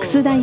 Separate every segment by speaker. Speaker 1: 楠田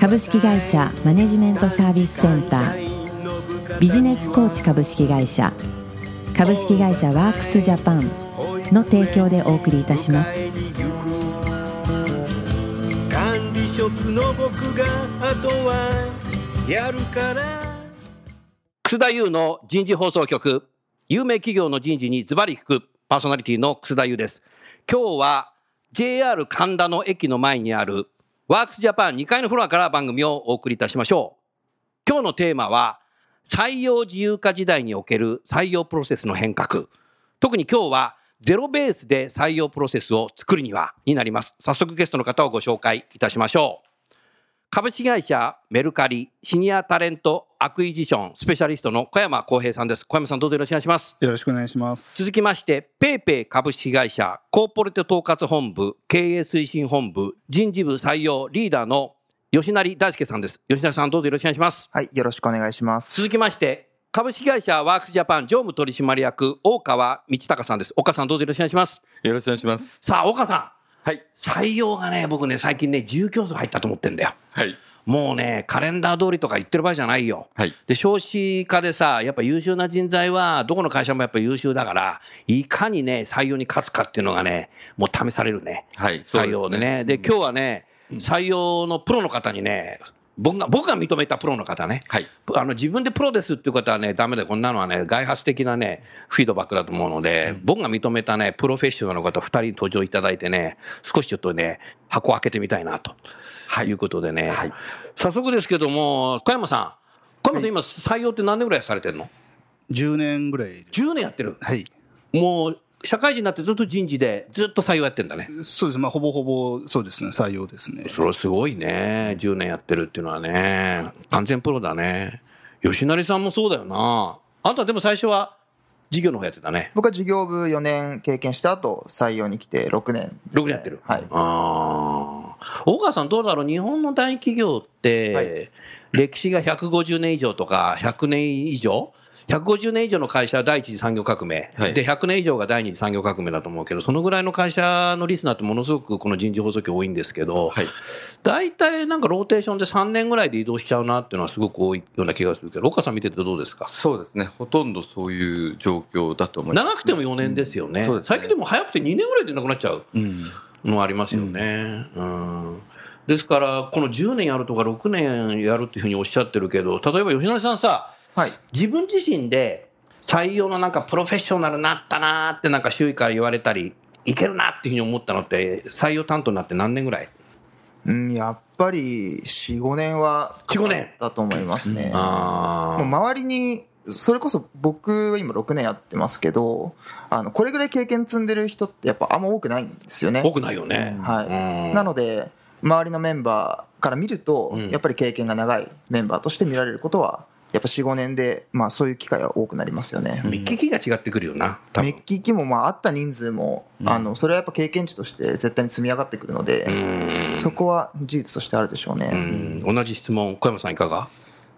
Speaker 1: 株式会社マネジメントサービスセンタービジネスコーチ株式会社株式会社ワークスジャパンの提供でお送りいたします
Speaker 2: 管理職の僕があとはやるから
Speaker 3: 楠田優の人事放送局、有名企業の人事にズバリ聞くパーソナリティの楠田優です。今日は JR 神田の駅の前にあるワークスジャパン2階のフロアから番組をお送りいたしましょう。今日のテーマは採用自由化時代における採用プロセスの変革。特に今日はゼロベースで採用プロセスを作るにはになります。早速ゲストの方をご紹介いたしましょう。株式会社メルカリシニアタレントアクイジションスペシャリストの小山康平さんです小山さんどうぞよろしくお願いします
Speaker 4: よろしくお願いします。
Speaker 3: 続きましてペイペイ株式会社コーポレート統括本部経営推進本部人事部採用リーダーの吉成大輔さんです吉成さんどうぞよろしくお願いします
Speaker 5: はい、よろしくお願いします。
Speaker 3: 続きまして株式会社ワークスジャパン常務取締役大川道隆さんです岡さんどうぞよろしくお願いします
Speaker 6: よろしくお願いします。
Speaker 3: さあ岡さ
Speaker 6: はい。
Speaker 3: ん採用がね僕ね最近ね自由競争入ったと思ってんだよ
Speaker 6: はい。
Speaker 3: もうね、カレンダー通りとか言ってる場合じゃないよ。
Speaker 6: はい
Speaker 3: で、少子化でさ、やっぱ優秀な人材は、どこの会社もやっぱ優秀だから、いかにね、採用に勝つかっていうのがね、もう試されるね。
Speaker 6: はい。そう
Speaker 3: 採用でね。で、今日はね、採用のプロの方にね、僕が、僕が認めたプロの方ね。
Speaker 6: はい。
Speaker 3: あの自分でプロですっていう方はね、ダメで、こんなのはね、外発的なね、フィードバックだと思うので、僕が認めたね、プロフェッショナルの方、2人に登場いただいてね、少しちょっとね、箱を開けてみたいなと、い、うことでね、早速ですけども、小山さん、小山さん、今、採用って何年ぐらいされてるの
Speaker 4: 10年ぐらい。
Speaker 3: ?10 年やってる、
Speaker 4: はい。
Speaker 3: もう社会人になってずっと人事で、ずっと採用やってんだね。
Speaker 4: そうです。まあ、ほぼほぼ、そうですね。採用ですね。
Speaker 3: それすごいね。10年やってるっていうのはね。完全プロだね。吉成さんもそうだよな。あんたでも最初は事業の方やってたね。
Speaker 5: 僕は事業部4年経験した後、採用に来て6年、
Speaker 3: 6年やってる。
Speaker 5: はい。
Speaker 3: ああ。大川さんどうだろう日本の大企業って、歴史が150年以上とか100年以上150年以上の会社は第一次産業革命、
Speaker 6: はい
Speaker 3: で100年以上が第二次産業革命だと思うけどそのぐらいの会社のリスナーってものすごくこの人事放送局多いんですけど、
Speaker 6: はい。
Speaker 3: 大体なんかローテーションで3年ぐらいで移動しちゃうなっていうのはすごく多いような気がするけど、岡さん見ててどうですか
Speaker 6: そうですね。ほとんどそういう状況だと思います。
Speaker 3: 長くても4年ですよね。
Speaker 6: うんそうですね
Speaker 3: 最近でも早くて2年ぐらいでなくなっちゃう
Speaker 6: うん。
Speaker 3: のありますよね。うんですから、この10年やるとか6年やるっていうふうにおっしゃってるけど、例えば吉成さんさ、
Speaker 5: はい。
Speaker 3: 自分自身で採用のなんかプロフェッショナルになったなーってなんか周囲から言われたり、いけるなっていうふうに思ったのって、採用担当になって何年ぐらい
Speaker 5: うん、やっぱり4、5年は、
Speaker 3: ?4、5年。
Speaker 5: だと思いますね。
Speaker 3: あ
Speaker 5: もう
Speaker 3: ー
Speaker 5: 周りに、それこそ僕は今6年やってますけど、あの、これぐらい経験積んでる人ってやっぱあんま多くないんですよね。
Speaker 3: 多くないよね。
Speaker 5: はい。
Speaker 3: うん
Speaker 5: なので、周りのメンバーから見ると、
Speaker 3: うん
Speaker 5: やっぱり経験が長いメンバーとして見られることは、やっぱ4、5年で、まあそういう機会は多くなりますよね。
Speaker 3: 目利きが違ってくるよな、多
Speaker 5: メ
Speaker 3: 分
Speaker 5: ッキ機もまああった人数も、あのそれはやっぱ経験値として絶対に積み上がってくるの
Speaker 3: う
Speaker 5: で、
Speaker 3: ん
Speaker 5: そこは事実としてあるでしょうね。
Speaker 3: うん同じ質問、小山さん、いかが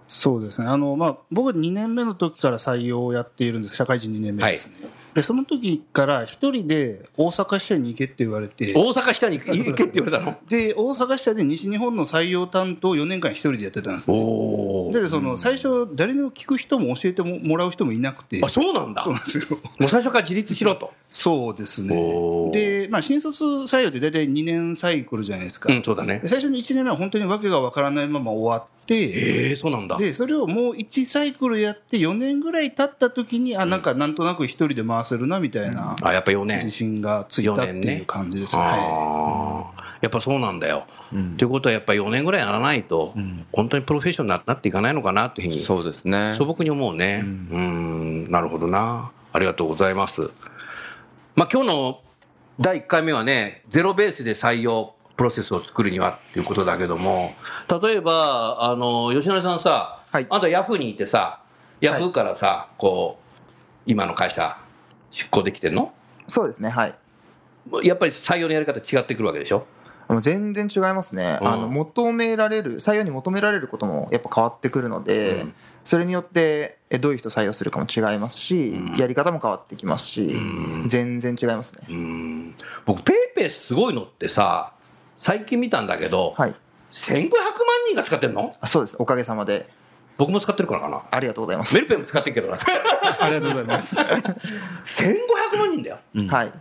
Speaker 4: そうですね。あの、まあ、僕2年目の時から採用をやっているんです。社会人2年目ですね。で、その時から一人で大阪支社に行けって言われて、
Speaker 3: 大阪下に行けって言われたの
Speaker 4: で、大阪支社で西日本の採用担当を4年間一人でやってたんですね。
Speaker 3: おー
Speaker 4: で、その、最初、誰にも聞く人も教えてももらう人もいなくて、
Speaker 3: あそうなんだ、
Speaker 4: そう
Speaker 3: も
Speaker 4: なんですよ。
Speaker 3: う最初から自立しろと。
Speaker 4: そうです
Speaker 3: おー
Speaker 4: ね。で、まあ、新卒採用って大体2年サイクルじゃないですか。
Speaker 3: うん、そうだね
Speaker 4: で。最初に1年目は本当に訳がわからないまま終わって、
Speaker 3: えー、そうなんだ。
Speaker 4: でそれをもう1サイクルやって4年ぐらい経った時にあなんかなんとなく一人で回せるなみたいな
Speaker 3: あ、やっぱ4
Speaker 4: 自
Speaker 3: 年。
Speaker 4: 信がついたって
Speaker 3: 四年
Speaker 4: い
Speaker 3: ね
Speaker 4: う感じですねは
Speaker 3: あーやっぱそうなんだよ。ということは、やっぱ4年ぐらいやらないと、本当にプロフェッショナルになっていかないのかなっていうふうに
Speaker 6: そうですね。
Speaker 3: 素朴に思うね。うん、んなるほどな。ありがとうございます。まあ、今日の第1回目はね、ゼロベースで採用プロセスを作るにはっていうことだけども、例えば、あの、吉成さんさ、
Speaker 5: はい
Speaker 3: あんたヤフーにいてさ、ヤフーからさ、こう、今の会社、出向できてんの
Speaker 5: そうですね、はい。
Speaker 3: やっぱり採用のやり方違ってくるわけでしょ
Speaker 5: もう全然違いますね。
Speaker 3: うん
Speaker 5: あの、求められる、採用に求められることもやっぱ変わってくるので、
Speaker 3: うん
Speaker 5: それによって、えどういう人採用するかも違いますし、
Speaker 3: うん
Speaker 5: やり方も変わってきますし、
Speaker 3: ん
Speaker 5: 全然違いますね。
Speaker 3: うん。僕、ペイペイすごいのってさ、最近見たんだけど、
Speaker 5: はい。
Speaker 3: 1500万人が使ってんの
Speaker 5: あそうです、おかげさまで。
Speaker 3: 僕も使ってるからかな。
Speaker 5: ありがとうございます。
Speaker 3: メルペイも使ってるけどな。
Speaker 4: ありがとうございます。
Speaker 3: 1500万人だよ。
Speaker 5: はい。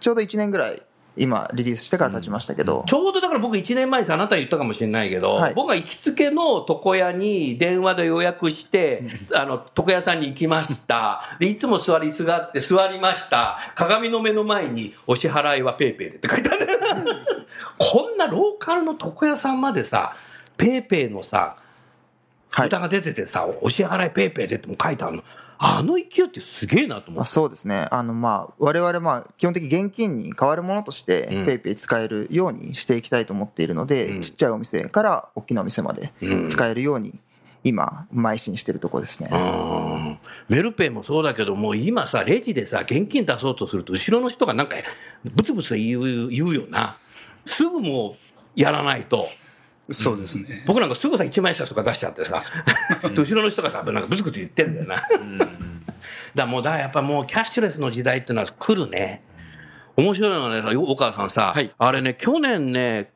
Speaker 5: ちょうど1年ぐらい、今、リリースしてから経ちましたけど、
Speaker 3: ちょうどだから僕1年前にさあなた言ったかもしれないけど、
Speaker 5: はい
Speaker 3: 僕が行きつけの床屋に電話で予約して、あの、床屋さんに行きました。 で、いつも座り椅子があって座りました。鏡の目の前にお支払いはペイペイでって書いてある。こんなローカルの床屋さんまでさ、ペイペイのさ、
Speaker 5: はい
Speaker 3: 歌が出ててさ、お支払いペイペイでっても書いてあるの。あの勢いってすげえなと思
Speaker 5: まあ、
Speaker 3: って。
Speaker 5: そうですね。あの、まあ、我々、まあ、基本的に現金に変わるものとして、
Speaker 3: うん
Speaker 5: ペイペイ使えるようにしていきたいと思っているので、
Speaker 3: うん
Speaker 5: ちっちゃいお店から大きなお店まで
Speaker 3: うん
Speaker 5: 使えるように、今、邁進してるとこですね。
Speaker 3: うんメルペイもそうだけど、もう今さ、レジでさ、現金出そうとすると、後ろの人がなんか、ブツブツ言う言うよな。すぐもう、やらないと。
Speaker 4: そうですね。
Speaker 3: 僕なんかすぐさ、1万円札とか出しちゃってさ、で後ろの人がさ、なんかブツブツ言ってんだよな。だからもう、だからやっぱもう、キャッシュレスの時代っていうのは来るね。面白いのはね、岡田さんさ、
Speaker 6: はい
Speaker 3: あれね、去年ね、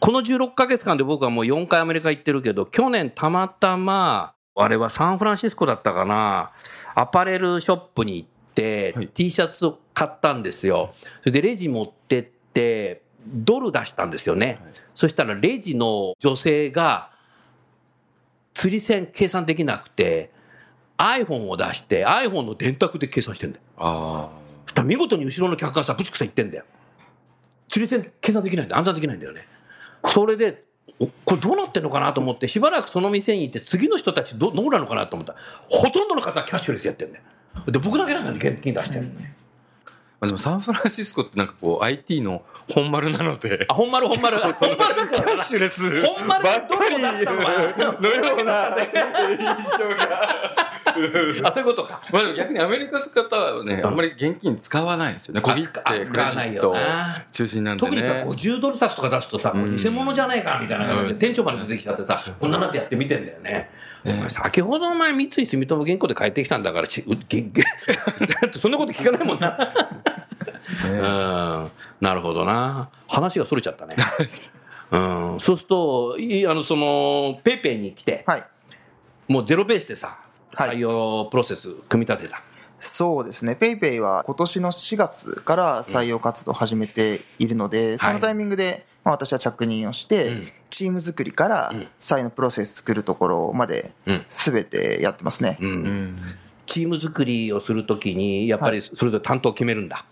Speaker 3: この16ヶ月間で僕はもう4回アメリカ行ってるけど、去年たまたま、あれはサンフランシスコだったかな、アパレルショップに行って、
Speaker 6: はい
Speaker 3: T シャツを買ったんですよ。それでレジ持ってって、ドル出したんですよね。そしたらレジの女性が、釣り線計算できなくて、iPhone を出して、iPhone の電卓で計算してんだよ。
Speaker 6: あ
Speaker 3: そしたら見事に後ろの客がさ、ブツクサ言ってんだよ。釣り線計算できないんだよ。暗算できないんだよね。それで、おこれどうなってんのかなと思って、しばらくその店に行って、次の人たちどどうなのかなと思ったら、ほとんどの方はキャッシュレスやってんだよ。で、僕だけなんかに現金出してるのね。
Speaker 6: あでもサンフランシスコってなんかこう IT の本丸なので
Speaker 3: あ、本丸本丸。本丸だか
Speaker 6: キャ
Speaker 3: ら
Speaker 6: ッ
Speaker 3: な
Speaker 6: シュレ ス
Speaker 3: 本丸でどこ出したの
Speaker 6: のよう な印象が
Speaker 3: あ、そういうことか。
Speaker 6: まあでも逆にアメリカの方はねあんまり現金使わないんですよね小切手ク
Speaker 3: あ
Speaker 6: レジ
Speaker 3: 使わない
Speaker 6: ッ
Speaker 3: よ
Speaker 6: ト
Speaker 3: な
Speaker 6: 中心なんで
Speaker 3: 特にさ、
Speaker 6: ね
Speaker 3: 50ドル札とか出すとさ、もう偽物じゃないかみたいな感じで、
Speaker 6: うん
Speaker 3: 店長まで出てきちゃってさ、こんななんてやってみてんだよね。お前、先ほどお前、三井住友銀行で帰ってきたんだから、ちうげげ だってそんなこと聞かないもんな。うん、なるほどな。話がそれち ゃったね。うん、そうすると、いあの、その、ペイペイに来て、
Speaker 5: はい。
Speaker 3: もうゼロベースでさ、
Speaker 5: はい
Speaker 3: 採用プロセス組み立てた。
Speaker 5: そうですね。ペイペイは今年の4月から採用活動を始めているので、そのタイミングで、まあ、私は着任をして、
Speaker 3: うん
Speaker 5: チーム作りから
Speaker 3: うん
Speaker 5: 採用のプロセス作るところまで
Speaker 3: うん
Speaker 5: 全てやってますね。
Speaker 3: うん
Speaker 6: うん
Speaker 3: チーム作りをするときに、やっぱりそれぞれ担当を決めるんだ。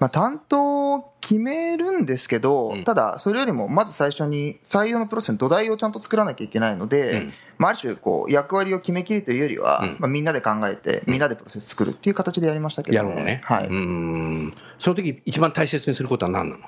Speaker 5: まあ、担当を決めるんですけど、
Speaker 3: うん
Speaker 5: ただ、それよりもまず最初に採用のプロセスの土台をちゃんと作らなきゃいけないので、
Speaker 3: うん
Speaker 5: まあ、ある種こう役割を決めきるというよりは、
Speaker 3: うん
Speaker 5: まあ、みんなで考えて、みんなでプロセス作るっていう形でやりましたけど、
Speaker 3: やるのね。
Speaker 5: はい
Speaker 3: うん。その時一番大切にすることは何なの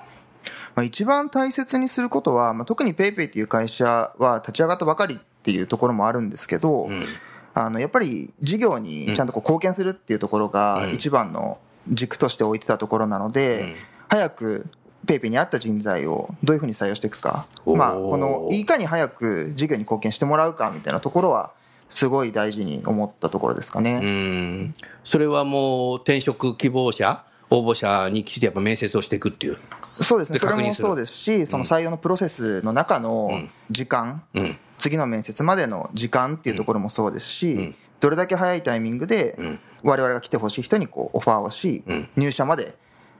Speaker 5: まあ、一番大切にすることは、まあ、特に PayPay という会社は立ち上がったばかりっていうところもあるんですけど、
Speaker 3: ん。
Speaker 5: あのやっぱり事業にちゃんとこう貢献するっていうところが
Speaker 3: うん
Speaker 5: 一番の軸として置いてたところなので、
Speaker 3: うん
Speaker 5: 早く PayPay に合った人材をどういうふうに採用していくか、
Speaker 3: おー
Speaker 5: まあ、このいかに早く事業に貢献してもらうかみたいなところはすごい大事に思ったところですかね。
Speaker 3: うん。それはもう転職希望者、応募者にきちっとやっぱ面接をしていくっていう。
Speaker 5: そうですね
Speaker 3: で
Speaker 5: それ
Speaker 3: 確認
Speaker 5: も
Speaker 3: する
Speaker 5: そうですしその採用のプロセスの中の
Speaker 3: うん
Speaker 5: 時間、
Speaker 3: うん。
Speaker 5: 次の面接までの時間っていうところもそうですし、
Speaker 3: ん
Speaker 5: どれだけ早いタイミングで
Speaker 3: うん
Speaker 5: 我々が来てほしい人にこうオファーをし、
Speaker 3: うん
Speaker 5: 入社まで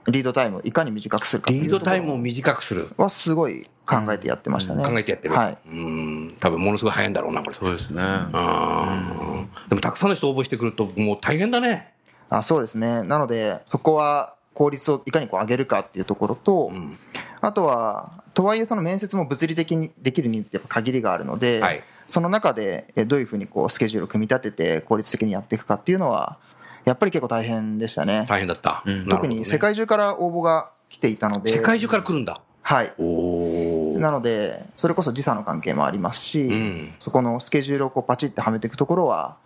Speaker 5: リードタイムをいかに短くするかって
Speaker 3: リ
Speaker 5: い
Speaker 3: ー
Speaker 5: う
Speaker 3: ド
Speaker 5: とこ
Speaker 3: タイムを
Speaker 5: ろ
Speaker 3: 短くする。
Speaker 5: はすごい考えてやってましたね。
Speaker 3: 考えてやってる。
Speaker 5: はい。
Speaker 3: うん。多分ものすごい早いんだろうな、これ。
Speaker 6: そうですね
Speaker 3: うん。でもたくさんの人応募してくるともう大変だね。
Speaker 5: あそうですねなのでそこは効率をいかにこう上げるかっていうところと、
Speaker 3: ん
Speaker 5: あとはとはいえその面接も物理的にできる人数ってやっぱ限りがあるので、
Speaker 3: はい
Speaker 5: その中でえどういうふうにこうスケジュールを組み立てて効率的にやっていくかっていうのはやっぱり結構大変でしたね。
Speaker 3: 大変だった。
Speaker 6: うん
Speaker 3: なるほ
Speaker 5: 特
Speaker 3: どね
Speaker 5: に世界中から応募が来ていたので、
Speaker 3: 世界中から来るんだ。
Speaker 5: はい、
Speaker 3: おお。
Speaker 5: なので、それこそ時差の関係もありますし、
Speaker 6: うん
Speaker 5: そこのスケジュールをこうパチッてはめていくところは、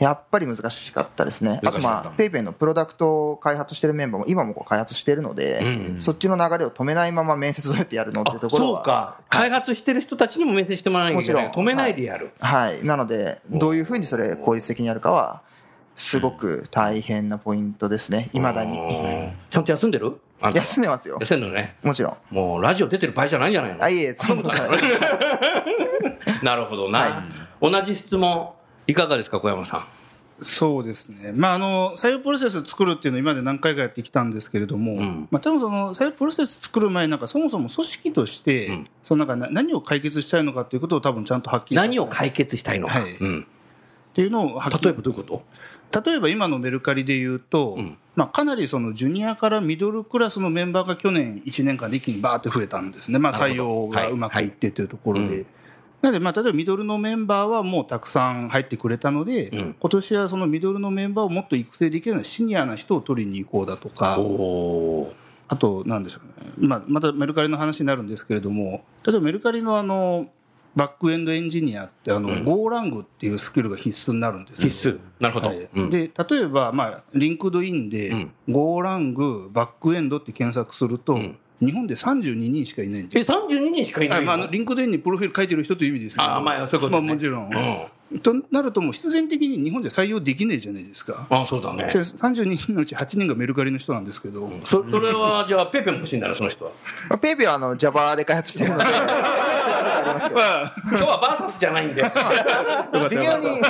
Speaker 5: やっぱり難しかったですね。あと
Speaker 6: 難しかっ
Speaker 5: ま
Speaker 6: た
Speaker 5: あ、ペイペイのプロダクトを開発してるメンバーも今もこう開発してるので、
Speaker 6: うん
Speaker 5: そっちの流れを止めないまま面接どうやってやるのっていうところ
Speaker 3: そう
Speaker 5: は。
Speaker 3: か、開発してる人たちにもメッセージしてもらわなきゃいけない
Speaker 5: もちろ
Speaker 3: 止
Speaker 5: ん
Speaker 3: めないでやる、
Speaker 5: はい。なので、どういうふうにそれ効率的にやるかは、すごく大変なポイントですね。未だに。
Speaker 3: ちゃんと休んでるあんた
Speaker 5: 休んでますよ。
Speaker 3: 休んでるね
Speaker 5: もちろん。
Speaker 3: もうラジオ出てる場合じゃないんじゃないの
Speaker 5: あ、いえ、そんなことない。
Speaker 3: なるほどな、
Speaker 5: は
Speaker 3: 同じ質問いかがですか小山さん
Speaker 4: そうですね、まあ、あの採用プロセス作るっていうのを今まで何回かやってきたんですけれども、
Speaker 3: ん
Speaker 4: まあ、多分その採用プロセス作る前になんかそもそも組織として、
Speaker 3: ん
Speaker 4: そのなんかな何を解決したいのかっていうことを多分ちゃんとはっきりさせ
Speaker 3: 何を解決したいのか、
Speaker 4: はい
Speaker 3: うん、
Speaker 4: っていうのをはっきり
Speaker 3: 例えばどういうこと
Speaker 4: 例えば今のメルカリで言うと、
Speaker 3: ん
Speaker 4: まあ、かなりそのジュニアからミドルクラスのメンバーが去年1年間で一気にバーって増えたんですね、まあ、
Speaker 3: なる
Speaker 4: 採
Speaker 3: ほ
Speaker 4: 用
Speaker 3: ど
Speaker 4: がうまくいってというところ
Speaker 3: は
Speaker 4: で。
Speaker 3: いはいうん
Speaker 4: なので、まあ、例えばミドルのメンバーはもうたくさん入ってくれたので、
Speaker 3: うん
Speaker 4: 今年はそのミドルのメンバーをもっと育成できるようなシニアな人を取りに行こうだとか、
Speaker 3: お
Speaker 4: あと、なんでしょうね、まあ、またメルカリの話になるんですけれども、例えばメルカリのあのバックエンドエンジニアってあの、
Speaker 3: ん
Speaker 4: Go ラングっていうスキルが必須になるんですよ
Speaker 3: 必須なるほど、
Speaker 4: はい
Speaker 3: うん
Speaker 4: で例えば、まあ、リンクドインで、
Speaker 3: うん
Speaker 4: Go ラングバックエンドって検索すると、
Speaker 3: ん
Speaker 4: 日本で32人しかいないんで
Speaker 3: え
Speaker 4: す。
Speaker 3: 32人しかいな
Speaker 4: あ
Speaker 3: い
Speaker 4: まあ、あ
Speaker 3: の
Speaker 4: のリンクドインにプロフィール書いてる人という意味ですけど、
Speaker 3: あまあそういうことね
Speaker 4: まあもちろん、
Speaker 3: う
Speaker 4: となると、もう必然的に日本じゃ採用できねえじゃないですか、
Speaker 3: あそうだね
Speaker 4: じゃあ32人のうち8人がメルカリの人なんですけど、
Speaker 3: そそれはじゃあペーペーも欲しいんだなその人は
Speaker 5: まあペイペイはあの Java で開発してるので、
Speaker 3: 今日はバーサスじゃないんで
Speaker 5: 微妙に、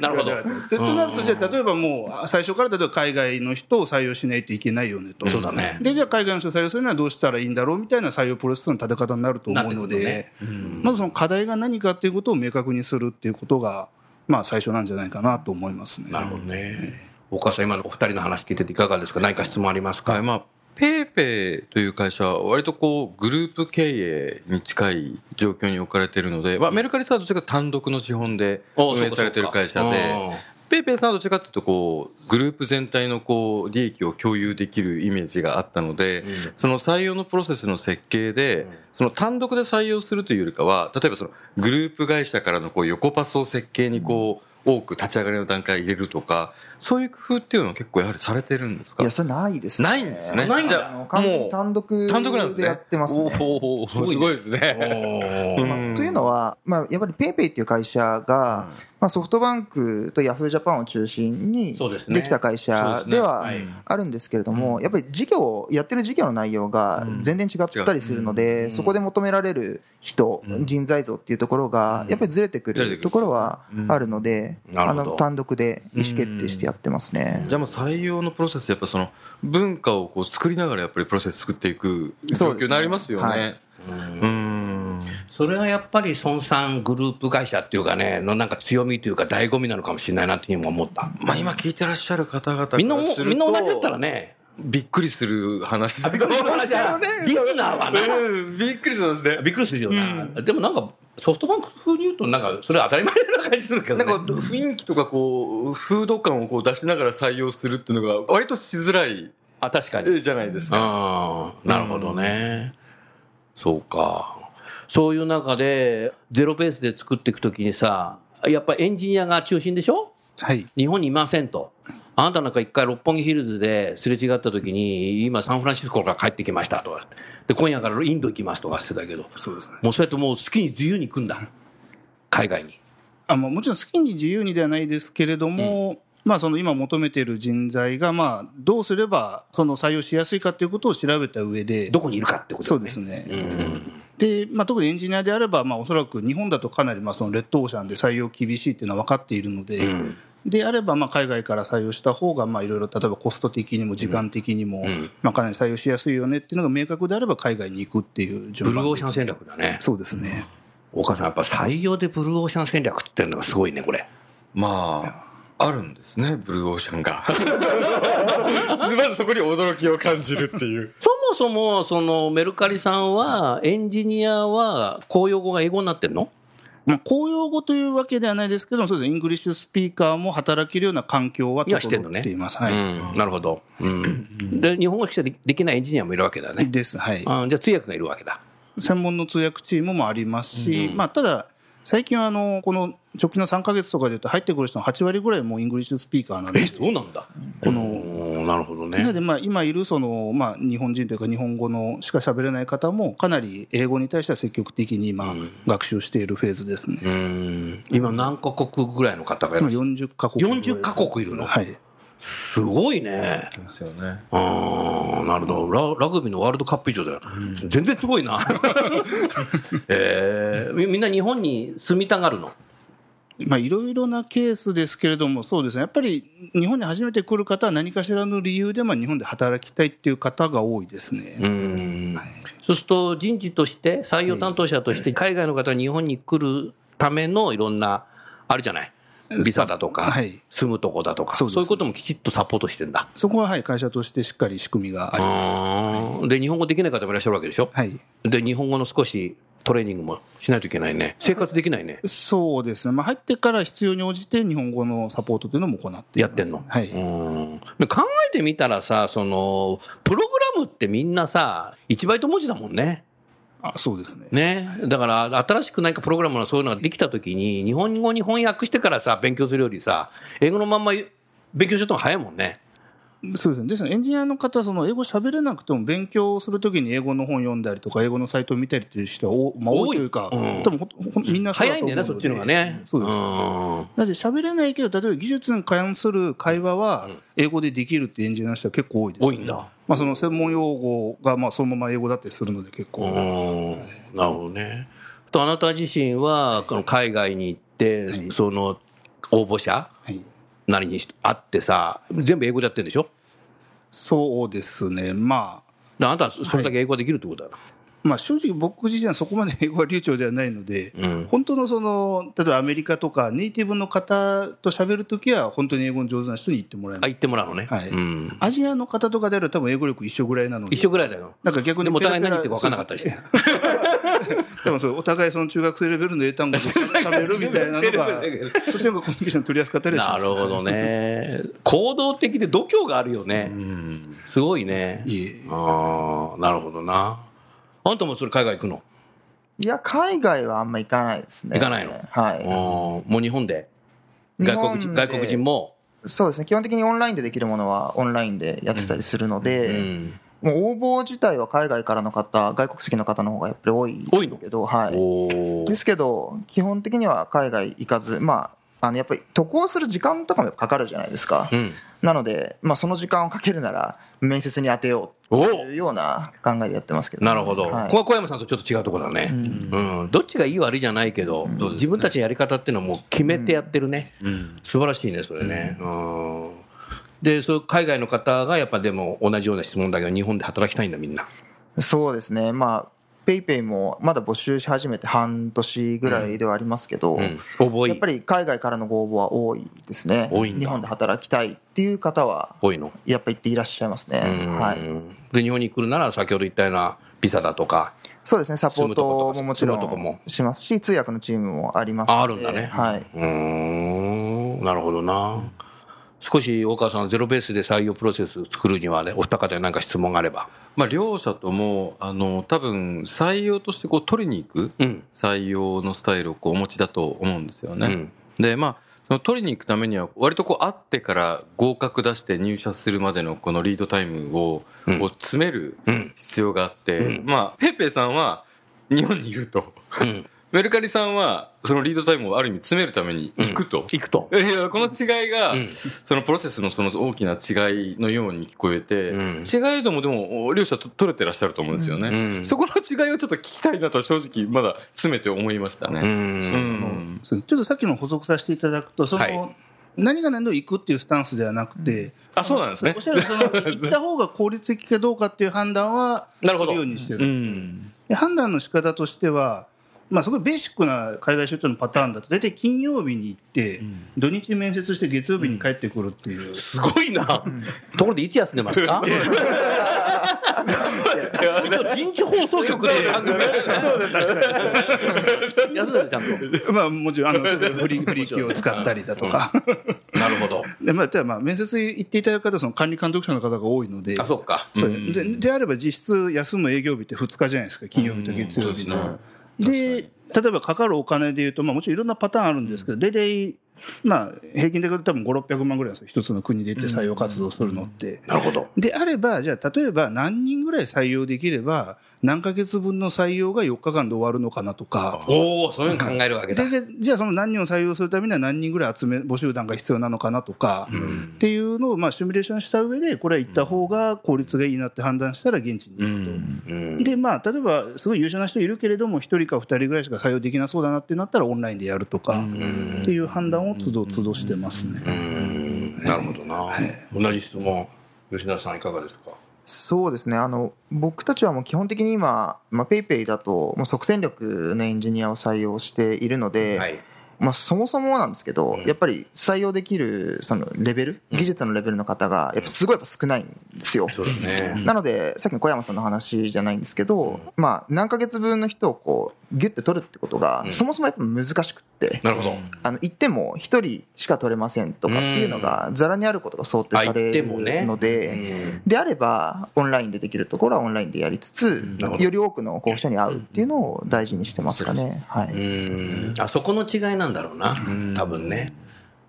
Speaker 3: なるほど
Speaker 4: でとなると、じゃあ、例えばもう、あ最初から例えば海外の人を採用しないといけないよねと、
Speaker 3: そうだね
Speaker 4: でじゃあ、海外の人を採用するにはどうしたらいいんだろうみたいな採用プロセスの立て方になると思うので、
Speaker 3: なって
Speaker 4: まずその課題が何かっていうことを明確にするっていうことが、まあ、最初なんじゃないかなと思いますね。
Speaker 3: なるほどねお母さん今のお二人の話聞いてていかがですか何か質問ありますか、
Speaker 6: はい、まあ、ペイペイという会社は割とこう、グループ経営に近い状況に置かれているので、まあ、メルカリさんはどっちらかというと単独の資本で
Speaker 3: おう
Speaker 6: 運営されている会社
Speaker 3: そうかそう
Speaker 6: で、
Speaker 3: か
Speaker 6: ペイペイさんはどちらかというとこう、グループ全体のこう、利益を共有できるイメージがあったので、
Speaker 3: ん
Speaker 6: その採用のプロセスの設計で、その単独で採用するというよりかは、例えばそのグループ会社からのこう横パスを設計にこう、多く立ち上がりの段階入れるとか、そういう工夫っていうのは結構やはりされてるんですか
Speaker 5: いや、それないですね。
Speaker 6: ないんですね。
Speaker 3: ないんだ
Speaker 6: じ
Speaker 5: あ
Speaker 6: ゃ
Speaker 5: の
Speaker 6: あ
Speaker 5: 完全
Speaker 6: も
Speaker 5: に
Speaker 6: う
Speaker 5: 単独
Speaker 6: 単独なんです
Speaker 5: で
Speaker 6: ね。
Speaker 5: やってますね。
Speaker 6: おお、すごいですね。
Speaker 3: おー
Speaker 5: というのは、まあ、やっぱりペイペイっていう会社が、まあ、ソフトバンクとヤフージャパンを中心に
Speaker 3: そうですね
Speaker 5: できた会社ではあるんですけれども、やっぱり事業、やってる事業の内容が全然違ったりするので、そこで求められる人、人材像っていうところが、やっぱりずれてく
Speaker 6: ずれてく
Speaker 5: る
Speaker 6: る
Speaker 5: ところはあるので、
Speaker 3: うんなる
Speaker 5: あ
Speaker 3: ほど
Speaker 5: の単独で意思決定してやってますね。
Speaker 6: じゃあもう採用のプロセス、やっぱその文化をこう作りながらやっぱりプロセス作っていく状況になりますよ
Speaker 5: そうで
Speaker 6: ね。うん。
Speaker 3: それはやっぱり孫さんグループ会社っていうかねのなんか強みというか醍醐味なのかもしれないなっていうふうにも思った
Speaker 6: まあ今聞いてらっしゃる方々から
Speaker 3: みんなも
Speaker 6: すると
Speaker 3: みんな同じだったら ね
Speaker 6: びっくりする話
Speaker 3: あびっくりする話 だなリスナーはな
Speaker 6: うん びっくりするんですね。
Speaker 3: びっくりするよな、でもなんかソフトバンク風に言うとなんかそれは当たり前な感じするけど
Speaker 6: な
Speaker 3: ね
Speaker 6: んか雰囲気とかこう、風土感をこう出しながら採用するっていうのが割としづらい
Speaker 3: あ確かに
Speaker 6: じゃないですか。
Speaker 3: ああ、なるほどね。そうか。そういう中で、ゼロベースで作っていくときにさ、やっぱエンジニアが中心でしょ
Speaker 4: はい、
Speaker 3: 日本にいませんと。あなたなんか一回六本木ヒルズですれ違ったときに、今サンフランシスコから帰ってきましたとか。で、今夜からインド行きますとかしてたけど、
Speaker 4: そうですね
Speaker 3: もうそうやってもう好きに自由に行くんだ。海外に。
Speaker 4: あまあもちろん好きに自由にではないですけれども、まあ、その今求めている人材がまあどうすればその採用しやすいかということを調べた上で、
Speaker 3: どこにいるかってこと
Speaker 4: そうです
Speaker 3: ね。
Speaker 4: ね、
Speaker 3: うん。
Speaker 4: でまあ、特にエンジニアであれば、まあ、おそらく日本だとかなりまあそのレッドオーシャンで採用厳しいっていうのは分かっているので、
Speaker 3: ん
Speaker 4: であればまあ海外から採用した方がまあいろいろ例えばコスト的にも時間的にも、
Speaker 3: ん
Speaker 4: まあ、かなり採用しやすいよねっていうのが明確であれば海外に行くっていう
Speaker 3: ブ
Speaker 4: 順
Speaker 3: ルー
Speaker 4: 番
Speaker 3: オーシ
Speaker 4: です
Speaker 3: ャン戦略だね。
Speaker 4: そうですね、
Speaker 3: 岡さん、やっぱ採用でブルーオーシャン戦略って言ってるのがすごいね、これ。
Speaker 6: まあ、あるんですね、ブルーオーシャンが。まずそこに驚きを感じるっていう。
Speaker 3: そもそも、そのメルカリさんは、エンジニアは公用語が英語になってんの
Speaker 4: まあ、公用語というわけではないですけどもそうですねイングリッシュスピーカーも働けるような環境は
Speaker 3: にはしてんの
Speaker 4: 整
Speaker 3: ね
Speaker 4: っています、はい
Speaker 3: うん、なるほど。 うん、で、日本語しかできないエンジニアもいるわけだね。
Speaker 4: ですはい
Speaker 3: あじゃあ通訳がいるわけだ。
Speaker 4: 専門の通訳チームもありますし、まあ、ただ、最近はあのこの直近の3か月とかで言うと入ってくる人の8割ぐらいもうイングリッシュスピーカーなんで
Speaker 3: え、そうなんだ。
Speaker 4: この
Speaker 3: おーなるほど
Speaker 4: なの
Speaker 3: ね。
Speaker 4: でまあ今いるそのまあ日本人というか日本語のしか喋れない方もかなり英語に対しては積極的に今学習しているフェーズですね。
Speaker 3: うん。今何カ国ぐらいの方がいら
Speaker 4: 今
Speaker 3: っしゃる
Speaker 4: 40カ国ぐらい。
Speaker 3: 40カ国いるの、
Speaker 4: はい。
Speaker 3: すごいね。
Speaker 6: ですよね。
Speaker 3: ああ、なるほどラ。ラグビーのワールドカップ以上だよ。全然すごい な。えーみみんな日本に住みたがるの。
Speaker 4: まあいろいろなケースですけれどもそうですね。やっぱり日本に初めて来る方は何かしらの理由でまあ日本で働きたいっていう方が多いですね。
Speaker 3: うんそうすると人事として、採用担当者として、海外の方が日本に来るためのいろんな、あるじゃない。ビザだとか、
Speaker 4: はい
Speaker 3: 住むとこだとか、
Speaker 4: そ
Speaker 3: そうう
Speaker 4: です
Speaker 3: いうこともきちっとサポートしてんだ。
Speaker 4: そこははい会社としてしっかり仕組みがあります。
Speaker 3: うんで、日本語できない方もいらっしゃるわけでしょ。
Speaker 4: はい。
Speaker 3: で、日本語の少しトレーニングもしないといけないね。生活できないね。
Speaker 4: そうですね。まあ入ってから必要に応じて日本語のサポートというのも行ってい
Speaker 3: や
Speaker 4: ま
Speaker 3: っ
Speaker 4: す
Speaker 3: てんの。
Speaker 4: はい。
Speaker 3: うんで考えてみたらさ、その、プログラムってみんなさ、1バイト文字だもんね。
Speaker 4: あそうですね。
Speaker 3: ね。だから、新しく何かプログラムのそういうのができたときに、日本語に翻訳してからさ、勉強するよりさ、英語のまんま勉強してた方が早いもんね。
Speaker 4: そうですね。ですのでエンジニアの方、その英語喋れなくても勉強するときに英語の本読んだりとか、英語のサイトを見たりっていう人はお、まあ、
Speaker 3: 多い
Speaker 4: 多いというか、
Speaker 3: うん
Speaker 4: 多分ほんほんみんなそう
Speaker 3: 早
Speaker 4: だ
Speaker 3: い
Speaker 4: と
Speaker 3: んだよ
Speaker 4: 思う
Speaker 3: ね、そっちの方がね。
Speaker 4: そうです。
Speaker 3: ん
Speaker 4: なので喋れないけど、例えば技術に関する会話は英語でできるってエンジニアの人は結構多いです、
Speaker 3: 多いんだ。
Speaker 4: まあその専門用語がまあそのまま英語だったりするので結
Speaker 3: う
Speaker 4: 構。
Speaker 3: んなるほどね。あと、あなた自身は、この海外に行って、
Speaker 4: い
Speaker 3: その、応募者
Speaker 4: はい
Speaker 3: なりにし会ってさ、全部英語でやってるんでしょ
Speaker 4: そうですね。まあ、
Speaker 3: だからあなたはそれだけ英語ができるってことだな。
Speaker 4: まあ正直僕自身はそこまで英語は流暢ではないので、
Speaker 3: うん
Speaker 4: 本当のその、例えばアメリカとかネイティブの方と喋るときは本当に英語の上手な人に言ってもらい
Speaker 3: あ、
Speaker 4: ます。
Speaker 3: 言ってもらうのね。
Speaker 4: はい
Speaker 3: うん
Speaker 4: アジアの方とかであれば多分英語力一緒ぐらいなので。
Speaker 3: 一緒ぐらいだよ。
Speaker 4: なんか逆に
Speaker 3: でもお互い
Speaker 4: ペ
Speaker 3: 何
Speaker 4: ラ
Speaker 3: 言っ
Speaker 4: ペ
Speaker 3: てる
Speaker 4: ラ
Speaker 3: か分からなかったりして。
Speaker 4: でもそうお互いその中学生レベルの英単語で喋るみたい なのが
Speaker 3: 中学生レベル、
Speaker 4: そっちの方がコミュニケーション取りやすかったりはし
Speaker 3: な
Speaker 4: ます。
Speaker 3: るほどね。行動的で度胸があるよね。すごいね。
Speaker 4: いえ
Speaker 3: ああ、なるほどな。あんたもそれ海外行くの
Speaker 5: いや、海外はあんま行かないですね。
Speaker 3: 行かないの
Speaker 5: は
Speaker 3: あ
Speaker 5: い。
Speaker 3: ーもう日本で
Speaker 5: 日
Speaker 3: 外
Speaker 5: 本
Speaker 3: 国人
Speaker 5: で
Speaker 3: 外国人も。
Speaker 5: そうですね。基本的にオンラインでできるものはオンラインでやってたりするの
Speaker 3: う
Speaker 5: で、
Speaker 3: ん
Speaker 5: もう応募自体は海外からの方、外国籍の方の方がやっぱり多い
Speaker 3: 多い
Speaker 5: で
Speaker 3: の
Speaker 5: すけど、はい。
Speaker 3: おー
Speaker 5: ですけど、基本的には海外行かず、まあ、あの、やっぱり渡航する時間とかもかかるじゃないですか。
Speaker 3: うん
Speaker 5: なので、まあ、その時間をかけるなら、面接に当てようっていうような考えでやってますけどね、
Speaker 3: なるほど。こ
Speaker 5: はい
Speaker 3: こは小山さんとちょっと違うところだね。うん。どっちがいい悪いじゃないけど、自分たちのやり方っていうのはもう決めてやってるね。素晴らしいね、それね。うんで、そう海外の方がやっぱでも同じような質問だけど、日本で働きたいんだ、みんな。
Speaker 5: そうですね、まあ、ペイペイもまだ募集し始めて半年ぐらいではありますけど、
Speaker 3: うん。覚
Speaker 5: やっぱり海外からのご応募は多いですね、
Speaker 3: 多いんだ
Speaker 5: 日本で働きたいっていう方は、
Speaker 3: 多いの。
Speaker 5: やっぱりっていらっしゃいますね、
Speaker 3: うん
Speaker 5: はい、
Speaker 3: で日本に来るなら先ほど言ったようなビザだとか
Speaker 5: そうですね、サポートももちろ
Speaker 3: 住むとことも
Speaker 5: んしますし、通訳のチームもありますので
Speaker 3: ああるんだね、
Speaker 5: はいう
Speaker 3: ーんなるほどな少し大川さんゼロベースで採用プロセス作るにはねお二方に何か質問があれば
Speaker 6: まあ、両者とも、あの、多分、採用としてこう取りに行く
Speaker 3: うん
Speaker 6: 採用のスタイルをこうお持ちだと思うんですよね。
Speaker 3: うん
Speaker 6: で、まあ、その取りに行くためには、割とこう会ってから合格出して入社するまでのこのリードタイムを
Speaker 3: うん
Speaker 6: こう詰める
Speaker 3: うん
Speaker 6: 必要があって、
Speaker 3: うん
Speaker 6: まあ、ペイペイさんは日本にいると。
Speaker 3: うん
Speaker 6: メルカリさんはそのリードタイムをある意味詰めるために行くと。
Speaker 3: 行くと
Speaker 6: いや、この違いが、
Speaker 3: うん
Speaker 6: そのプロセスのその大きな違いのように聞こえて、
Speaker 3: うん
Speaker 6: 違いどもでも、お両者と取れてらっしゃると思うんですよね。
Speaker 3: うん
Speaker 6: そこの違いをちょっと聞きたいなとは正直まだ詰めて思いました
Speaker 3: う
Speaker 6: ね。うんん。
Speaker 4: そうちょっとさっきの補足させていただくと、その、
Speaker 3: はい
Speaker 4: 何が何でも行くっていうスタンスではなくて、
Speaker 6: あ、そうなんですね
Speaker 4: おっ。しゃるその行った方が効率的かどうかっていう判断はす
Speaker 3: な
Speaker 4: る
Speaker 3: るほど
Speaker 4: ようにしてる、
Speaker 6: うん。
Speaker 4: で判断の仕方としては、まあ、すごいベーシックな海外出張のパターンだと大体金曜日に行って、土日面接して月曜日に帰ってくるってい う、
Speaker 3: すごいなところでいつ休んでますか一応人事放送 局で番組やってるから
Speaker 4: そうです確かに
Speaker 3: 休んでるちゃんと。
Speaker 4: まあ、もちろん、あの、そういうフリー、フリー機を使ったりだと か。
Speaker 3: なるほど。
Speaker 4: で、まあ、ただ、まあ、面接行っていただく方は、その管理監督者の方が多いので。
Speaker 3: あ、そうか。
Speaker 4: そうでであれば、実質休む営業日って2日じゃないですか、金曜日と月曜日の。で、例えばかかるお金でいうと、まあ、もちろんいろんなパターンあるんですけど、大体、まあ、平均で多分5、600万ぐらいなんですよ、一つの国で行って採用活動するのって。
Speaker 3: なるほど。
Speaker 4: であれば、じゃあ、例えば何人ぐらい採用できれば、何ヶ月分の採用が4日間で終わるのかなとか。
Speaker 3: おお、そういうの考えるわけだ
Speaker 4: で。じゃあじゃあその何人を採用するためには何人ぐらい集め募集団が必要なのかなとか、っていうのをまあシミュレーションした上でこれは行った方が効率がいいなって判断したら現地に行くと、
Speaker 3: うん
Speaker 4: でまあ例えばすごい優秀な人いるけれども1人か2人ぐらいしか採用できなそうだなってなったらオンラインでやるとか、っていう判断をつどつどしてますね、
Speaker 3: うんなるほどな。同じ質問、吉田さんいかがですか。
Speaker 5: そうですねあの僕たちはもう基本的に今、まあ、ペイペイだともう即戦力のエンジニアを採用しているので、
Speaker 3: はい。
Speaker 5: まあ、そもそもなんですけど、
Speaker 3: ん
Speaker 5: やっぱり採用できるそのレベル、技術のレベルの方がやっぱすごいやっぱ少ないんですよ。
Speaker 3: そうですね。
Speaker 5: なのでさっきの小山さんの話じゃないんですけど、まあ、何ヶ月分の人をこうギュッて取るってことが、
Speaker 3: うん
Speaker 5: そもそもやっぱ難しくって
Speaker 3: なるほど。
Speaker 5: あの行っても1人しか取れませんとかっていうのがざらにあることが想定さ
Speaker 3: あ行
Speaker 5: れ
Speaker 3: ってもね
Speaker 5: るので。
Speaker 3: うん
Speaker 5: であればオンラインでできるところはオンラインでやりつつ
Speaker 3: なるほど
Speaker 5: より多くの候補者に会うっていうのを大事にしてますかね。は
Speaker 3: う
Speaker 5: い、
Speaker 3: ん。あそこの違いなんだろうな。多分ね。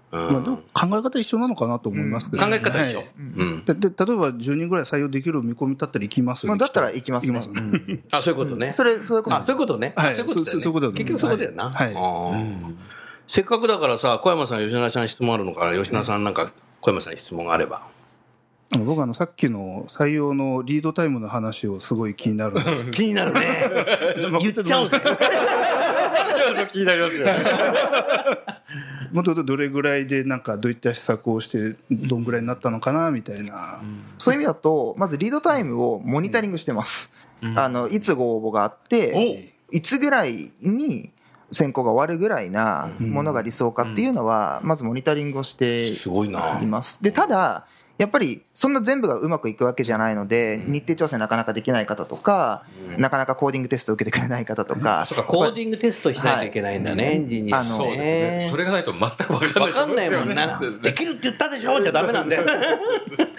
Speaker 3: う
Speaker 4: まあ、でも
Speaker 3: ん。
Speaker 4: 考え方一緒なのかなと思いますけど、
Speaker 3: 考え方一緒
Speaker 4: はい。
Speaker 3: うん。
Speaker 4: でで例えば10人ぐらい採用できる見込みだったら行きます
Speaker 5: まあ、だったら行きます
Speaker 4: 行き
Speaker 5: ね
Speaker 4: ます。ね
Speaker 3: あ、そういうことね。
Speaker 5: それそれこそ
Speaker 3: あ、そういうことね。
Speaker 4: はい
Speaker 3: あそういうことだよね
Speaker 4: そうそういうことだと思い
Speaker 3: 結局
Speaker 4: ます
Speaker 3: そういうことだよな。
Speaker 4: はいは
Speaker 3: あ
Speaker 4: い
Speaker 3: ーせっかくだからさ、小山さん、吉田さん質問あるのから、吉田さんなんか、小山さんに質問があれば。
Speaker 4: あの僕あのさっきの採用のリードタイムの話をすごい気になるんですけ
Speaker 3: 気になる ね。
Speaker 4: ど言っ
Speaker 3: ちゃうぜ。
Speaker 6: 気になりますよね。
Speaker 4: もともとどれぐらいでなんかどういった施策をしてどんぐらいになったのかなみたいな、
Speaker 5: そういう意味だとまずリードタイムをモニタリングしてます。あのいつご応募があっていつぐらいに選考が終わるぐらいなものが理想かっていうのはまずモニタリングをして。
Speaker 3: すごいない
Speaker 5: ます。で、ただ、やっぱりそんな全部がうまくいくわけじゃないので、日程調整なかなかできない方とか、なかなかコーディングテストを受けてくれない方とか、
Speaker 3: そうか、コーデ
Speaker 5: ィ
Speaker 3: ィ
Speaker 5: ング
Speaker 3: ングテストしないといけないんだね、エンジンに。
Speaker 5: あの
Speaker 6: そうですね。それがないと全く分かんない。
Speaker 3: わかんないもんな。できるって言ったでしょじゃダメなんだ よ。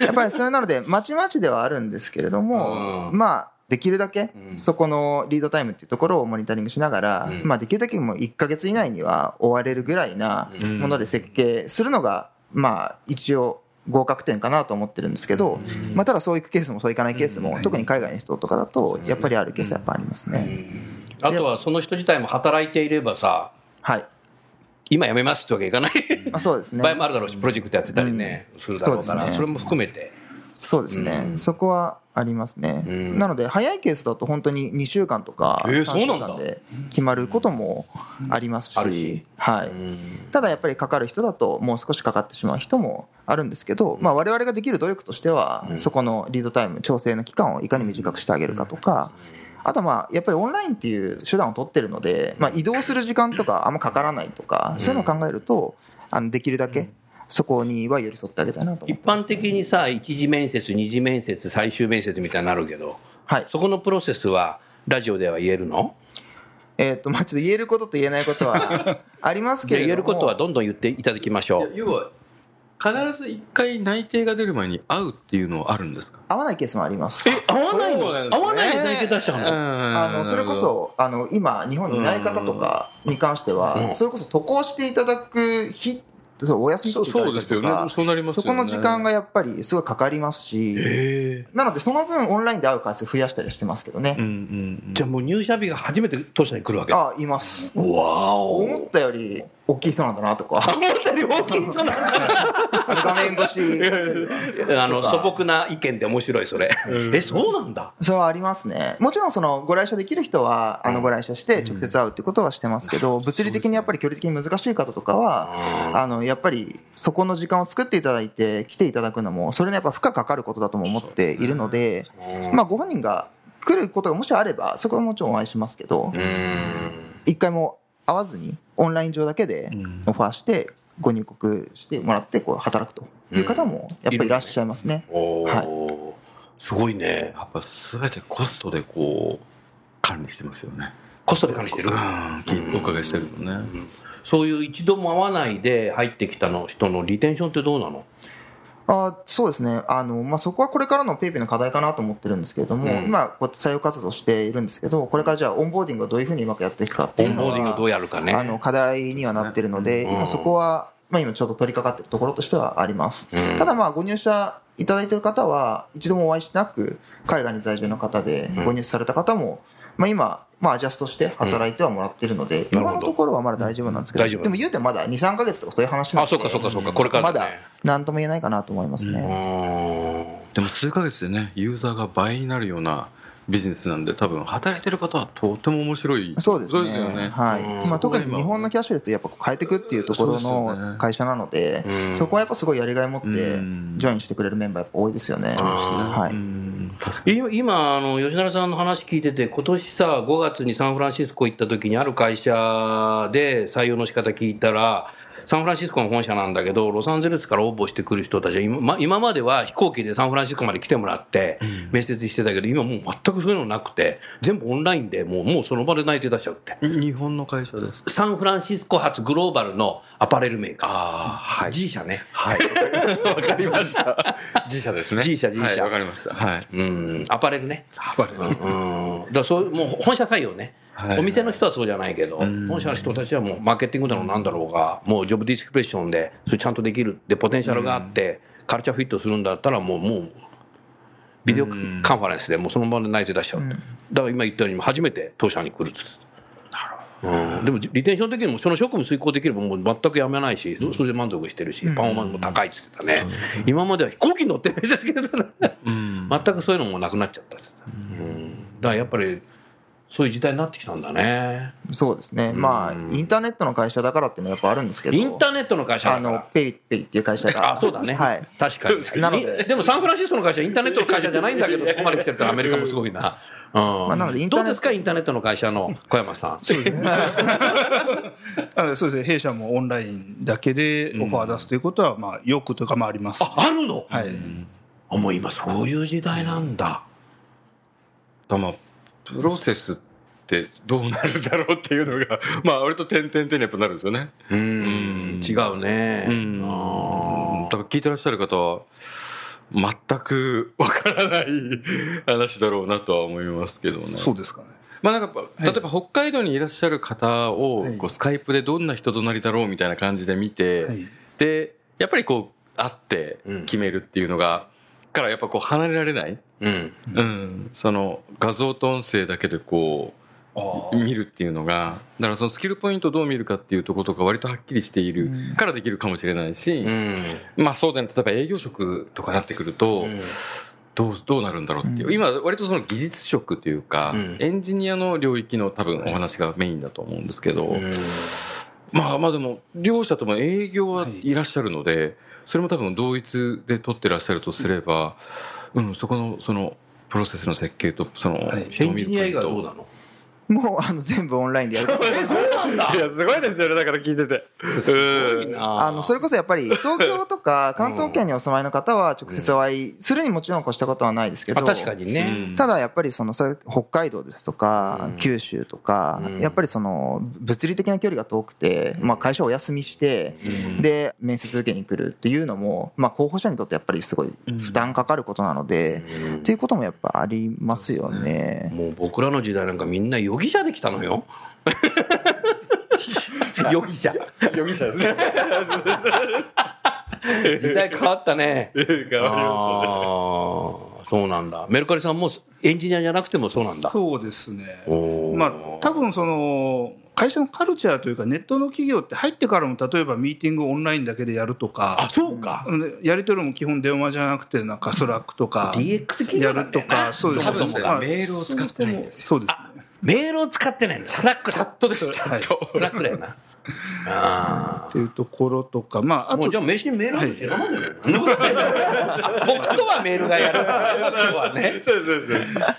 Speaker 5: やっぱりそれなので、まちまちではあるんですけれども、
Speaker 3: うん
Speaker 5: まあ、できるだけ
Speaker 3: うん
Speaker 5: そこのリードタイムっていうところをモニタリングしながら、
Speaker 3: うん
Speaker 5: まあ、できるだけもう1ヶ月以内には終われるぐらいなもので設計するのが、まあ、一応、合格点かなと思ってるんですけど、まあ、ただそういくケースもそういかないケースも、特に海外の人とかだと、やっぱりあるケースはやっぱありますね。
Speaker 3: あとは、その人自体も働いていればさ、
Speaker 5: はい。
Speaker 3: 今やめますってわけいかない
Speaker 5: まあ、そうですね
Speaker 3: 場合。もあるだろうし、プロジェクトやってたりね、するだろうか
Speaker 5: そう
Speaker 3: ら、
Speaker 5: ですね
Speaker 3: それも含めて。
Speaker 5: そうですね、そこはありますね、
Speaker 3: うん
Speaker 5: なので早いケースだと本当に2週間とか
Speaker 3: えー
Speaker 5: 3週
Speaker 3: そうなんだ
Speaker 5: 間で決まることもありますし,、
Speaker 3: あるし
Speaker 5: はい、ただやっぱりかかる人だともう少しかかってしまう人もあるんですけど、まあ、我々ができる努力としては、そこのリードタイム調整の期間をいかに短くしてあげるかとか、あとまあやっぱりオンラインっていう手段を取ってるので、まあ、移動する時間とかあんまかからないとか、そういうのを考えるとあのできるだけそこには寄り添ってあげたいなと思っ
Speaker 3: 一
Speaker 5: てます
Speaker 3: 般的にさ、一次面接、二次面接、最終面接みたいになるけど、
Speaker 5: はい
Speaker 3: そこのプロセスは、ラジオでは言えるの
Speaker 5: えっ、と、まあ、ちょっと言えることと言えないこと はありますけ
Speaker 3: じゃあ言え
Speaker 5: れども。
Speaker 3: ることはどんどん言っていただきましょ
Speaker 6: いうや。要は必ず一回内定が出る前に会うっていうのはあるんですか
Speaker 5: 合わないケースもあります。
Speaker 3: 合わない
Speaker 6: そうなんですね
Speaker 3: の合わないで内定出しちゃうの
Speaker 5: あの、それこそ、あの、今、日本にいない方とかに関して
Speaker 3: うん
Speaker 5: は、それこそ渡航していただく日、そうお休み
Speaker 6: そ
Speaker 5: 取
Speaker 6: う
Speaker 5: っていた
Speaker 6: そ
Speaker 5: だ
Speaker 6: うですよねそうな
Speaker 5: いたりとか
Speaker 6: ります
Speaker 5: そ
Speaker 6: よね
Speaker 5: この時間がやっぱりすごいかかりますし、なのでその分オンラインで会う回数増やしたりはしてますけどね。
Speaker 6: うんうん
Speaker 3: じゃあもう入社日が初めて当社に来るわけ。
Speaker 5: あ、います。
Speaker 3: わお
Speaker 5: 思ったより大きい人なんだな とか、
Speaker 3: 思ったより大きい人なんだ。
Speaker 5: 画面越し。
Speaker 3: あの素朴な意見で面白いそれ。えそうなんだ。
Speaker 5: それはありますね。もちろんそのご来社できる人は、あのご来社して直接会うってことはしてますけど、 物理的にやっぱり距離的に難しい方とかは、あの、やっぱりそこの時間を作っていただいて来ていただくのも、それのやっぱ負荷かかることだとも思っているので、まあご本人が来ることがもしあれば、そこはもちろんお会いしますけど、一回も会わずにオンライン上だけでオファーして、ご入国してもらってこう働くという方もやっぱりいらっしゃいますね。
Speaker 3: おお、
Speaker 5: はい
Speaker 3: すごいね。
Speaker 6: やっぱ全てコストでこう管理してますよね
Speaker 3: コストで管理してる
Speaker 6: うん。きお伺いしてるのね
Speaker 3: そういう一度も会わないで入ってきたの人のリテンションってどうなの
Speaker 5: あそうですね、あのまあ、そこはこれからの PayPay の課題かなと思ってるんですけれども、
Speaker 3: うん
Speaker 5: 今、こうやって採用活動しているんですけど、これからじゃあ、オンボーディングをどういうふうにうまくやっていくかって
Speaker 3: オ
Speaker 5: いう
Speaker 3: ン
Speaker 5: の
Speaker 3: ボーディングをどう
Speaker 5: は、
Speaker 3: やるかね。
Speaker 5: あの課題にはなってるので、
Speaker 3: うん
Speaker 5: 今、そこは、まあ、今、ちょっと取り掛かってるところとしてはあります。
Speaker 3: うん
Speaker 5: ただ、まあご入社いただいてる方は、一度もお会いしなく、海外に在住の方で、ご入社された方も、まあ、今、まあ、アジャストして働いてはもらってるので、
Speaker 3: なるほど
Speaker 5: 今のところはまだ大丈夫なんですけ
Speaker 3: 大丈夫
Speaker 5: ど、でも言うてもまだ2、3か月とかそういう話な
Speaker 3: あ、
Speaker 5: ので、
Speaker 3: そっかそっかそっか、これから
Speaker 5: ま
Speaker 3: だ
Speaker 5: だ
Speaker 3: ね。
Speaker 5: 何とも言えないかなと思いますね。
Speaker 6: でも数ヶ月でねユーザーが倍になるようなビジネスなんで多分働いてる方はとても面白い
Speaker 5: そうですね。
Speaker 6: よね
Speaker 5: はい。
Speaker 6: そこ
Speaker 5: ま
Speaker 6: が
Speaker 5: あ、特に日本のキャッシュレスやっぱ変えていくっていうところ
Speaker 6: そうですよね
Speaker 5: の会社なので、
Speaker 3: うん
Speaker 5: そこはやっぱすごいやりがい持って、ジ
Speaker 6: うん
Speaker 5: ョインしてくれるメンバーやっぱ多いですよね。
Speaker 6: 今
Speaker 5: は
Speaker 6: う
Speaker 5: い。
Speaker 6: ん確かに
Speaker 3: 今、今あの吉成さんの話聞いてて、今年さ、5月にサンフランシスコ行った時に、ある会社で採用の仕方聞いたら、サンフランシスコの本社なんだけど、ロサンゼルスから応募してくる人たちは、今ま今までは飛行機でサンフランシスコまで来てもらって、面接してたけど、今もう全くそういうのなくて、全部オンラインでもうもうその場で内定出しちゃうって。
Speaker 6: 日本の会社です
Speaker 3: サンフランシスコ発グローバルのアパレルメーカー。
Speaker 6: ああ
Speaker 3: G 社ね。
Speaker 6: はいわかりました 自社ですね
Speaker 3: G 社 G 社
Speaker 6: はいわかりましたはい
Speaker 3: うん、アパレルね。アパレル。うん。だからそう、もう本社採用ね。
Speaker 6: はい
Speaker 3: お店の人はそうじゃないけど、本社の人たちはもうマーケティングだろうなんだろうが、もうジョブディスクレッションで、それちゃんとできるで、ポテンシャルがあって、カルチャーフィットするんだったら、もう、もう、ビデオカンファレンスでもうその場で内定出しちゃうって。だから今言ったように、初めて当社に来るっつってうん、でもリテンション的にもその職務遂行できればもう全くやめないし、それで満足してるし、パフォーマンスも高いっつってたね、今までは飛行機に乗ってないですけど、全くそういうのもなくなっちゃったっつってた、うん、だからやっぱりそういう時代になってきたんだね
Speaker 5: そうですね。まあ、インターネットの会社だからっていうのはやっぱあるんですけど、
Speaker 3: インターネットの会社
Speaker 5: あ
Speaker 3: だか
Speaker 5: の
Speaker 3: ら、
Speaker 5: ペイペイっていう会社が。
Speaker 3: あそうだね、
Speaker 5: はい。
Speaker 3: 確かに
Speaker 5: なので
Speaker 3: いでもサンフランシスコの会社はインターネットの会社じゃないんだ けどそこまで来てるからアメリカもすごいな、うん
Speaker 5: あなのでインタ
Speaker 3: ど
Speaker 5: ーネ
Speaker 3: うで
Speaker 5: ット
Speaker 3: すかインターネットの会社の小山さん
Speaker 4: あそうですね、弊社もオンラインだけでオファー出すということは、まあ、よくというか、まあ、あります。
Speaker 3: ああるの、
Speaker 4: はい。
Speaker 3: あもう今そういう時代なんだ
Speaker 6: だまあプロセスってどうなるだろうっていうのがまあ割と点々点にやっぱなるんですよね
Speaker 3: うん違うね、
Speaker 6: うん
Speaker 3: あ
Speaker 6: 多分聞いてらっしゃる方は全くわからない 話だろうなとは思いますけどね
Speaker 4: そうですかね。
Speaker 6: まあなんか例えば北海道にいらっしゃる方を
Speaker 4: はい
Speaker 6: こうスカイプでどんな人となりだろうみたいな感じで見て、
Speaker 4: はい
Speaker 6: でやっぱりこう会って決めるっていうのが、からやっぱこう離れられない、
Speaker 3: ーうん
Speaker 6: うん、その画像と音声だけでこう
Speaker 4: あ
Speaker 6: 見るっていうのがだからそのスキルポイントをどう見るかっていうところとか割とはっきりしているからできるかもしれないし、
Speaker 3: うん
Speaker 6: まあそうだね例えば営業職とかなってくると、
Speaker 3: うん
Speaker 6: どうどうなるんだろうっていう、今割とその技術職というか、
Speaker 3: うん
Speaker 6: エンジニアの領域の多分お話がメインだと思うんですけど、まあまあでも両者とも営業はいらっしゃるので、それも多分同一で取ってらっしゃるとすれば、うん、そこのそのプロセスの設計とその、
Speaker 4: はい
Speaker 3: エンジニア以外はどうなの
Speaker 5: もう、あの、全部オンラインでやる。
Speaker 6: いや、すごいですよね、だから聞いてて。うん。
Speaker 5: あのそれこそやっぱり東京とか関東圏にお住まいの方は直接お会いするにもちろん越したことはないですけど、
Speaker 3: あ確かにね、
Speaker 5: ただやっぱりそのそれ北海道ですとか九州とか
Speaker 3: うん
Speaker 5: やっぱりその物理的な距離が遠くてまあ会社をお休みしてで面接受けに来るっていうのもまあ候補者にとってやっぱりすごい負担かかることなのでっていうこともやっぱありますよね。
Speaker 3: もう僕らの時代なんかみんな容疑者できたのよ。容疑者。
Speaker 6: 容疑者ですね。
Speaker 3: 時代変わったね。
Speaker 6: 変
Speaker 3: ああー、そうなんだ。メルカリさんもエンジニアじゃなくてもそうなんだ。
Speaker 4: そうですね。
Speaker 3: おー
Speaker 4: まあ、多分その会社のカルチャーというか、ネットの企業って入ってからも、例えばミーティングをオンラインだけでやるとか
Speaker 3: あ、、そうか。
Speaker 4: うんやり取りも基本電話じゃなくて、なんかスラックとか、
Speaker 3: DX 企業
Speaker 4: や
Speaker 3: なんだ
Speaker 4: ると
Speaker 3: よな
Speaker 4: か、そうです
Speaker 6: 多分ね
Speaker 4: まあ
Speaker 6: メールを使ってないんです
Speaker 4: そうですね。
Speaker 3: メールを使ってないんだ。スラック、チャットです。チャット。スラックだよな。あ
Speaker 4: っていうところとか、まあ、
Speaker 3: あ。
Speaker 4: あ
Speaker 3: もう
Speaker 4: と
Speaker 3: じゃあ名刺にメールあるんじゃないの僕とはメールがやる。僕とはね。
Speaker 6: そうそう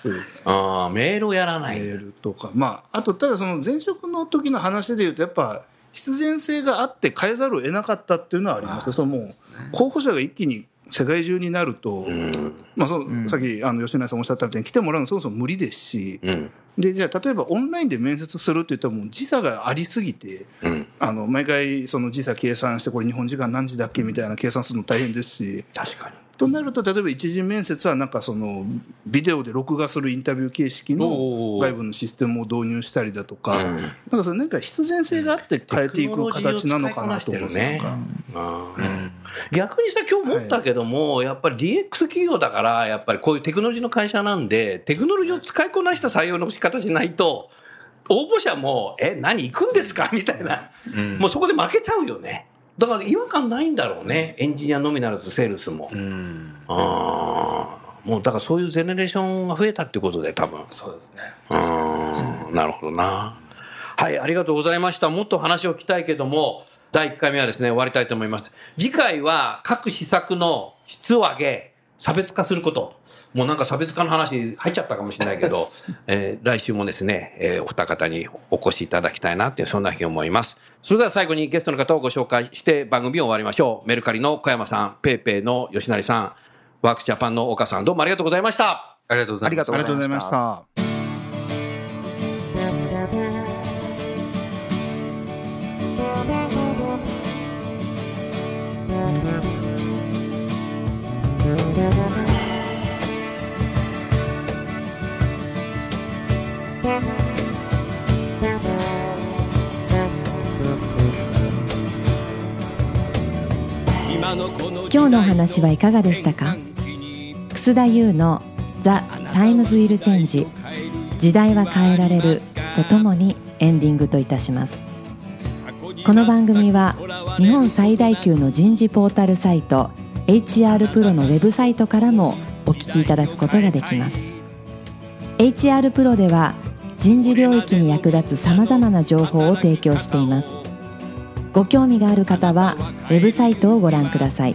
Speaker 6: そう。
Speaker 3: あーメールをやらな
Speaker 4: メ
Speaker 3: い。
Speaker 4: ールとか、まあ、あとただその前職の時の話でいうとやっぱ必然性があって変えざるを得なかったっていうのはありますねそのもう候補者が一気に世界中になると、まあ、そのさっきあの吉永さんおっしゃったみたいに来てもらうのそもそも無理ですし、
Speaker 3: うん
Speaker 4: でじゃあ例えばオンラインで面接するって言ったらもう時差がありすぎて、
Speaker 3: うん
Speaker 4: あの毎回その時差計算してこれ日本時間何時だっけみたいな計算するの大変ですし。
Speaker 3: 確かに
Speaker 4: となると例えば一次面接はなんかそのビデオで録画するインタビュー形式の外部のシステムを導入したりだとか、なんかそれなんか必然性があって変えていく形なのかなと思うんですよ
Speaker 3: テクノロジーを使いこなしてるね
Speaker 4: なんか
Speaker 3: 逆にさ、今日思ったけども、やっぱり DX 企業だから、やっぱりこういうテクノロジーの会社なんで、テクノロジーを使いこなした採用の仕方しないと、応募者も、え、何行くんですかみたいな、もうそこで負けちゃうよね。だから違和感ないんだろうね。エンジニアのみならず、セールスも。
Speaker 6: うん
Speaker 3: あーもうだからそういうゼネレーションが増えたってことで、多分。
Speaker 6: そうですね
Speaker 3: うんなるほどな。はい、ありがとうございました。もっと話を聞きたいけども、第1回目はですね、終わりたいと思います。次回は各施策の質を上げ、差別化すること。もうなんか差別化の話入っちゃったかもしれない けど、えー来週もですね、えーお二方にお越しいただきたいなっていう、そんな日思います。それでは最後にゲストの方をご紹介して番組を終わりましょう。メルカリの小山さん、ペイペイの吉成さん、ワークスジャパンの岡さん、どうもありがとうございました。
Speaker 6: ありがとうございます
Speaker 5: ありがと
Speaker 4: ありがとう
Speaker 5: う
Speaker 4: ご
Speaker 5: ご
Speaker 4: ざい
Speaker 5: ざい
Speaker 4: ま
Speaker 5: ま
Speaker 4: し。
Speaker 5: した
Speaker 1: 今日のお話はいかがでしたか楠田優の「ザ・タイムズ・ウィル・チェンジ時代は変えられる」とともにエンディングといたしますこの番組は日本最大級の人事ポータルサイト HR プロのウェブサイトからもお聞きいただくことができます HR プロでは人事領域に役立つさまざまな情報を提供していますご興味がある方はウェブサイトをご覧ください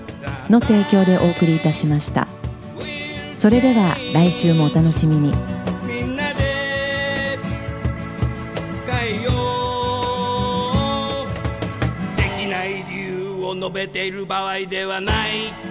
Speaker 1: の提供でお送りいたしましたそれでは来週もお楽しみに
Speaker 2: みんなで変えようできない理由を述べている場合ではない